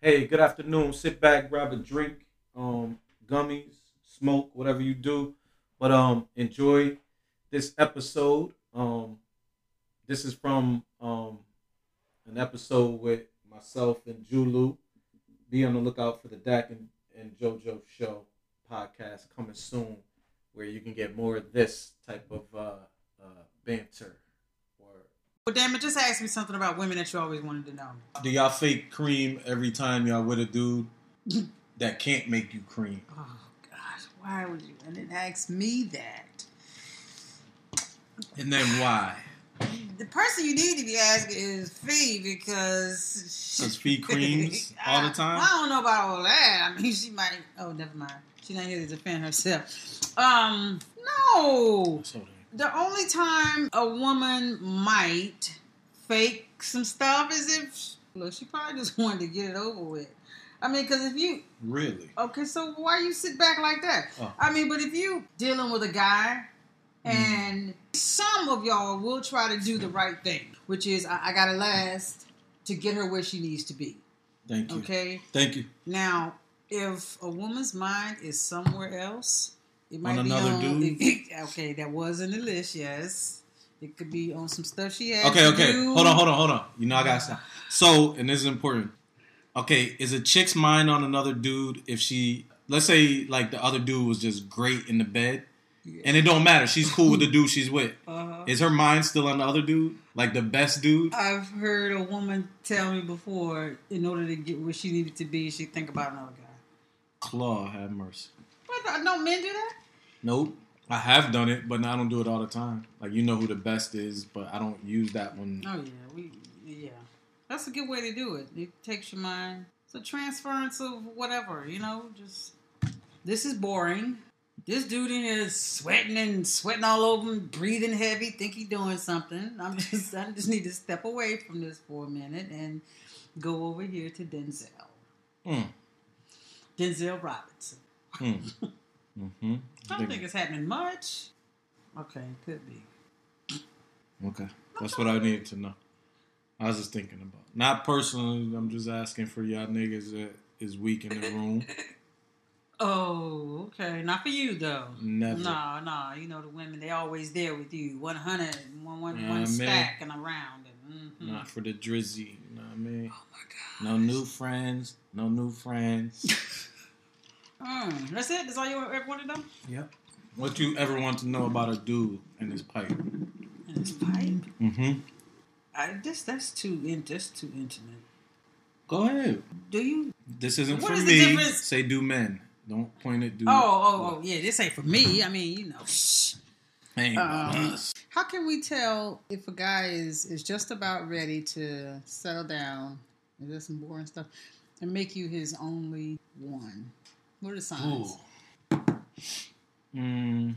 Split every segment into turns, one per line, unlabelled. Hey, good afternoon. Sit back, grab a drink, um, gummies, smoke, whatever you do. But um, enjoy this episode. Um, this is from um, an episode with myself and Julu. Be on the lookout for the Dak and, and JoJo Show podcast coming soon, where you can get more of this type of uh, uh, banter. Or
Well, damn it, just ask me something about women that you always wanted to know.
Do y'all fake cream every time y'all with a dude that can't make you cream?
Oh, gosh, why would you? And then ask me that.
And then why?
The person you need to be asking is Fee because.
Does Fee creams all the time?
I, I don't know about all that. I mean, she might. Oh, never mind. She not here to defend herself. Um, no.
So
The only time a woman might fake some stuff is if. Look, she probably just wanted to get it over with. I mean, because if you
really?
Okay, so why you sit back like that?
Oh.
I mean, but if you dealing with a guy,
Mhm.
and some of y'all will try to do the right thing, which is I, I gotta last to get her where she needs to be.
Thank you.
Okay,
Thank you.
now if a woman's mind is somewhere else, it might
On
be
another
on.
dude?
if- okay, that was in the list. Yes, it could be on some stuff she has.
Okay,
to
okay.
do.
Hold on, hold on, hold on. You know I gotta stop. So, and this is important. Okay, is a chick's mind on another dude if she let's say like the other dude was just great in the bed? And it don't matter. She's cool with the dude she's with.
Uh-huh.
Is her mind still on the other dude? Like the best dude?
I've heard a woman tell me before, in order to get where she needed to be, she think about another guy.
Claw, have mercy.
What? Don't men do that?
Nope. I have done it, but I don't do it all the time. Like you know who the best is, but I don't use that one.
Oh yeah, we yeah. That's a good way to do it. It takes your mind. It's a transference of whatever, you know. Just this is boring. This dude in here is sweating and sweating all over him, breathing heavy, think he doing something. I'm just I just need to step away from this for a minute and go over here to Denzel.
Mm.
Denzel Robinson.
hmm. Mm-hmm.
I don't think it's happening much. Okay, could be.
Okay, that's what I needed to know. I was just thinking about. Not personally. I'm just asking for y'all niggas that is weak in the room.
Oh, okay. Not for you though.
Never.
No, no. You know the women, they always there with you. 100, one, one,
Yeah,
one
man.
stack and around. And, mhm.
Not for the drizzy. You know what I mean?
Oh my
No new friends. No new friends.
god. Mm, that's it. That's all you ever wanted to know.
Yep. What you ever want to know about a dude and his pipe?
And it's pipe.
Mm-hmm.
I this that's too in. That's too intimate.
Go ahead.
Do you?
This isn't
What
for
is the
me.
difference?
Say do men. Don't point at dude.
Oh, oh, oh. Yeah. This ain't for me. I mean, you know. Shh.
Ain't about
Um,
us.
How can we tell if a guy is is just about ready to settle down and do some boring stuff and make you his only one? What are the signs?
Mm,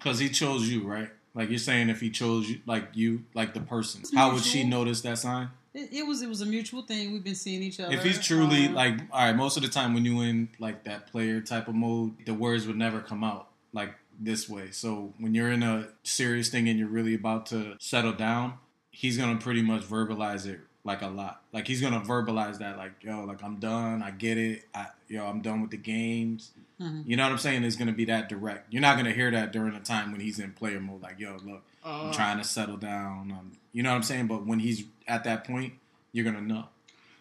Cause he chose you, right? Like you're saying, if he chose you, like you, like the person, how would she
mutual.
notice that sign?
It, it was it was a mutual thing. We've been seeing each other.
If he's truly
um,
like, all right, most of the time when you in like that player type of mode, the words would never come out like this way. So when you're in a serious thing and you're really about to settle down, he's gonna pretty much verbalize it like a lot. Like he's gonna verbalize that, like, yo, like I'm done, I get it, I, yo, I'm done with the games.
Mhm.
You know what I'm saying? It's gonna be that direct. You're not gonna hear that during the time when he's in player mode, like, yo, look, I'm
uh,
trying to settle down. Um, you know what I'm saying? But when he's at that point, you're gonna know.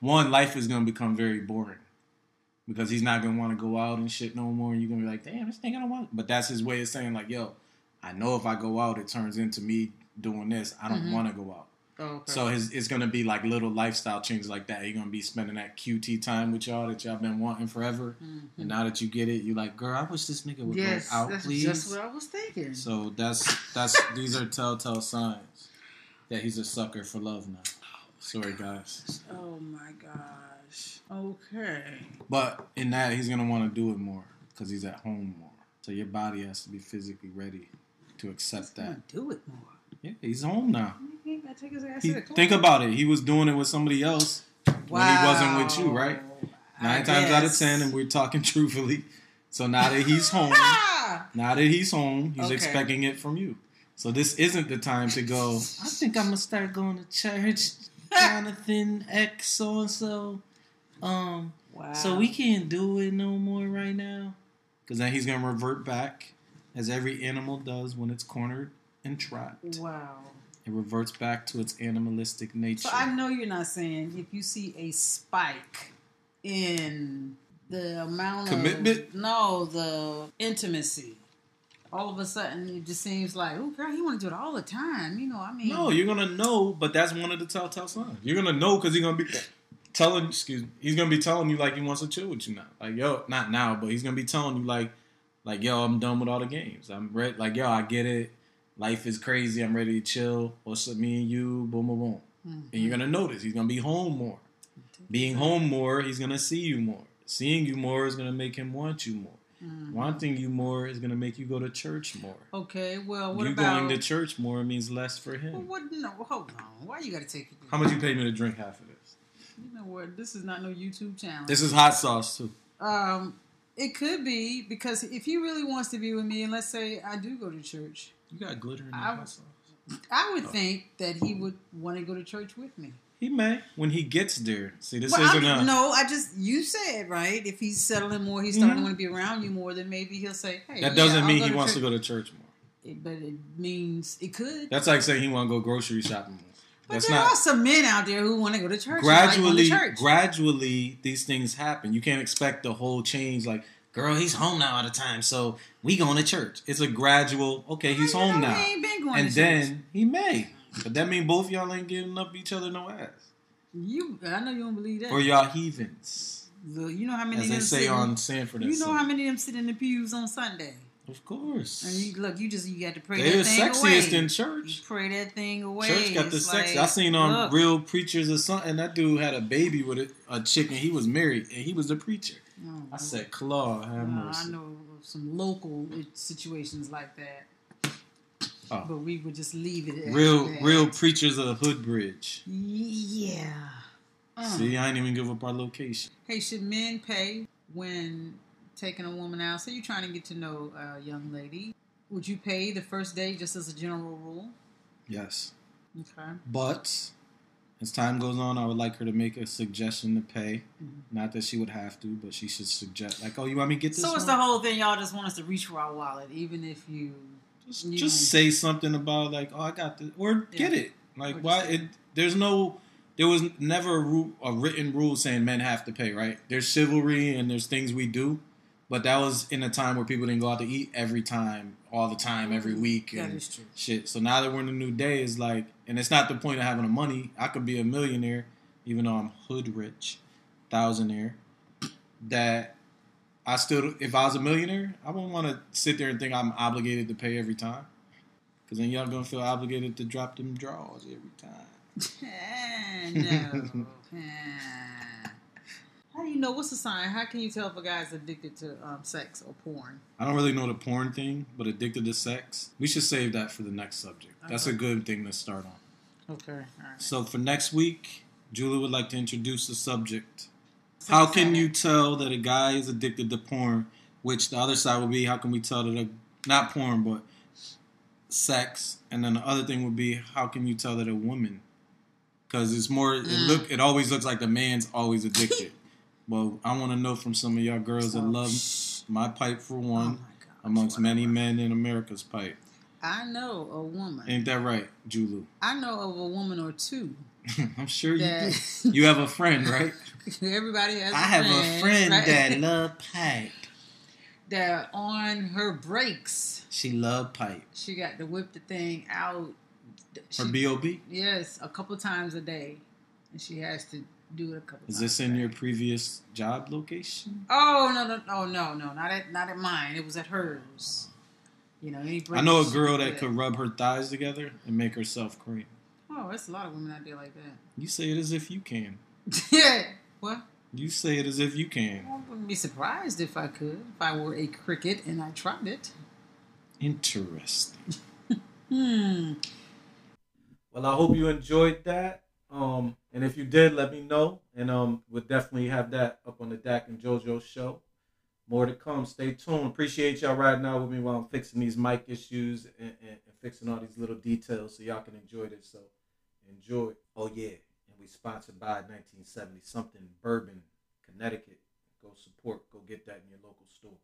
One, life is gonna become very boring because he's not gonna want to go out and shit no more. And you're gonna be like, damn, this thing I don't want. But that's his way of saying like, yo, I know if I go out, it turns into me doing this. I don't
Mhm.
want to go out.
oh, okay.
So his, it's gonna be like little lifestyle changes like that. You're gonna be spending that QT time with y'all that y'all been wanting forever.
Mhm.
And now that you get it, you're like, girl, I wish this nigga would
yes,
go out,
that's
please.
just what I was thinking.
So that's that's these are telltale signs that he's a sucker for love now. Sorry guys.
oh my gosh. Okay.
But in that he's gonna want to do it more because he's at home more. So your body has to be physically ready to accept
I'm
that.
gonna do it more.
Yeah, he's home now.
He ain't gotta take his ass
He,
to the club.
think about it. He was doing it with somebody else. when he wasn't with you,
Wow.
right?
I
Nine times out of
guess.
ten, and we're talking truthfully. So now that he's home,
Ah!
now that he's home, he's
Okay.
expecting it from you. So this isn't the time to go. I think I'm gonna start going to church. Jonathan X so and so.
Um,
Wow.
so we can't do it no more right now.
Because then he's going to revert back, as every animal does when it's cornered and trapped.
Wow.
It reverts back to its animalistic nature.
So I know you're not saying if you see a spike in the amount
Commitment?
of no the intimacy. All of a sudden, it just seems like, oh, girl, he want to do it all the time. You know, I mean,
no, you're going to know, but that's one of the telltale signs. You're going to know because he's going to be telling, excuse me, he's going to be telling you like he wants to chill with you now. Like, yo, not now, but he's going to be telling you like, like, yo, I'm done with all the games. I'm ready. Like, yo, I get it. Life is crazy. I'm ready to chill. What's up, me and you? Boom, boom, boom.
Mhm.
And you're gonna notice he's gonna be home more.
Mm-hmm.
Being home more, he's gonna see you more. Seeing you more is gonna make him want you more.
Mhm.
Wanting you more is gonna make you go to church more.
Okay, well, what
you
about?
going to church more means less for him.
well, what? No, hold on. Why you got to take it?
How much you pay me to drink half of this?
You know what? This is not no YouTube channel.
This is hot sauce too.
um, it could be because if he really wants to be with me, and let's say I do go to church,
You got glitter in your
I-
hot sauce.
I
Oh.
would think that he would want to go to church with me.
He may when he gets there. See, this
Well,
isn't
I'm,
a
no, I just you said right. If he's settling more, he's starting
Mhm.
to want to be around you more. Then maybe he'll say, "Hey,
that doesn't
yeah,
mean
I'll
he wants
church.
to go to church more.
It- but it means it could.
That's like saying he want to go grocery shopping more.
but
That's
there
not
are some men out there who want to go to church. and like going to
gradually
church.
gradually these things happen you can't expect the whole change like girl he's home now all the time so we going to church it's a gradual okay he's
You know,
home
he
now
ain't been going
and
to church.
then he may but that mean both y'all ain't giving up each other no ass
You, I know you don't believe that.
or y'all heathens
Look, you know how many
as
of
they
them
say
sit in-
on sanford and
You know how
Son.
many of them sit in the pews on Sunday.
of
And
course
you, look, you just you got to pray
they're
that thing
sexiest
away.
in
You
church
pray that thing away.
Church got the
It's
sex.
like,
I seen on
look,
real preachers or something. That dude had a baby with a, a chick, and he was married, and he was a preacher.
no,
I said, "Claw,
no,
have mercy."
Mm-hmm. I know some local situations like that.
Oh.
But we would just leave it. At
Real,
that.
real preachers of the hood bridge.
Yeah. Uh.
See, I ain't even give up our location.
Hey, should men pay when taking a woman out? Say you're trying to get to know a young lady. Would you pay the first day just as a general rule?
Yes,
Okay.
but as time goes on, I would like her to make a suggestion to pay.
Mhm.
Not that she would have to, but she should suggest, like, "Oh, you want me to get this?"
So it's the
one?"
whole thing. Y'all just want us to reach for our wallet, even if you.
just,
you
just
know.
say something about like, "Oh, I got this," or
Yeah.
get it.
Or
Like,
just
why?
say-
It, there's no, there was never a, ru a written rule saying men have to pay. Right? There's chivalry and there's things we do, but that was in a time where people didn't go out to eat every time, all the time, every week.
Mm-hmm. That
and-
is true.
shit. So now that we're in a new day, it's like, and it's not the point of having the money. I could be a millionaire, even though I'm hood rich, thousandaire. That I still, if I was a millionaire, I wouldn't want to sit there and think I'm obligated to pay every time, because then y'all gonna feel obligated to drop them draws every time.
Eh, no. Eh. How do you know what's the sign? How can you tell if a guy's addicted to um, sex or porn?
I don't really know the porn thing, but addicted to sex. We should save that for the next subject. That's a
Okay.
good thing to start on.
Okay. All right.
So for next week, Julie would like to introduce the subject. How can you tell that a guy is addicted to porn? Which the other side would be, how can we tell that a not porn but sex? And then the other thing would be, how can you tell that a woman? Because it's more, it
Mm.
look, it always looks like the man's always addicted. well, I want to know from some of y'all girls that love my pipe for
Oh my
one,
gosh,
amongst
whatever.
many men in America's pipe.
I know a woman.
Ain't that right, Julu?
I know of a woman or two
I'm sure you
that
do. You have a friend, right?
everybody has.
I have a friend
right?
that love pipe.
that on her breaks
She love pipe.
she got to whip the thing out.
Her
She-
B.O.B.
Yes, a couple times a day, and she has to do it a couple.
Is
times
this
a
in
day.
your previous job location?
Oh no no oh no no not at not at mine. It was at hers. You know, any
I know a
breaks she
girl
do
that could rub her thighs together and make herself cream.
Oh, that's a lot of women out there like that.
You say it as if you can.
yeah. What?
You say it as if you can.
I wouldn't be surprised if I could, if I were a cricket and I tried it.
Interesting.
Hmm.
Well, I hope you enjoyed that. Um, and if you did, let me know. And um, we'll definitely have that up on the Dak and JoJo show. More to come. Stay tuned. Appreciate y'all right now with me while I'm fixing these mic issues and, and, and fixing all these little details so y'all can enjoy this. So enjoy. Oh yeah, and we sponsored by 1970 something bourbon Connecticut, go support, go get that in your local store.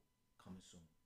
Coming soon.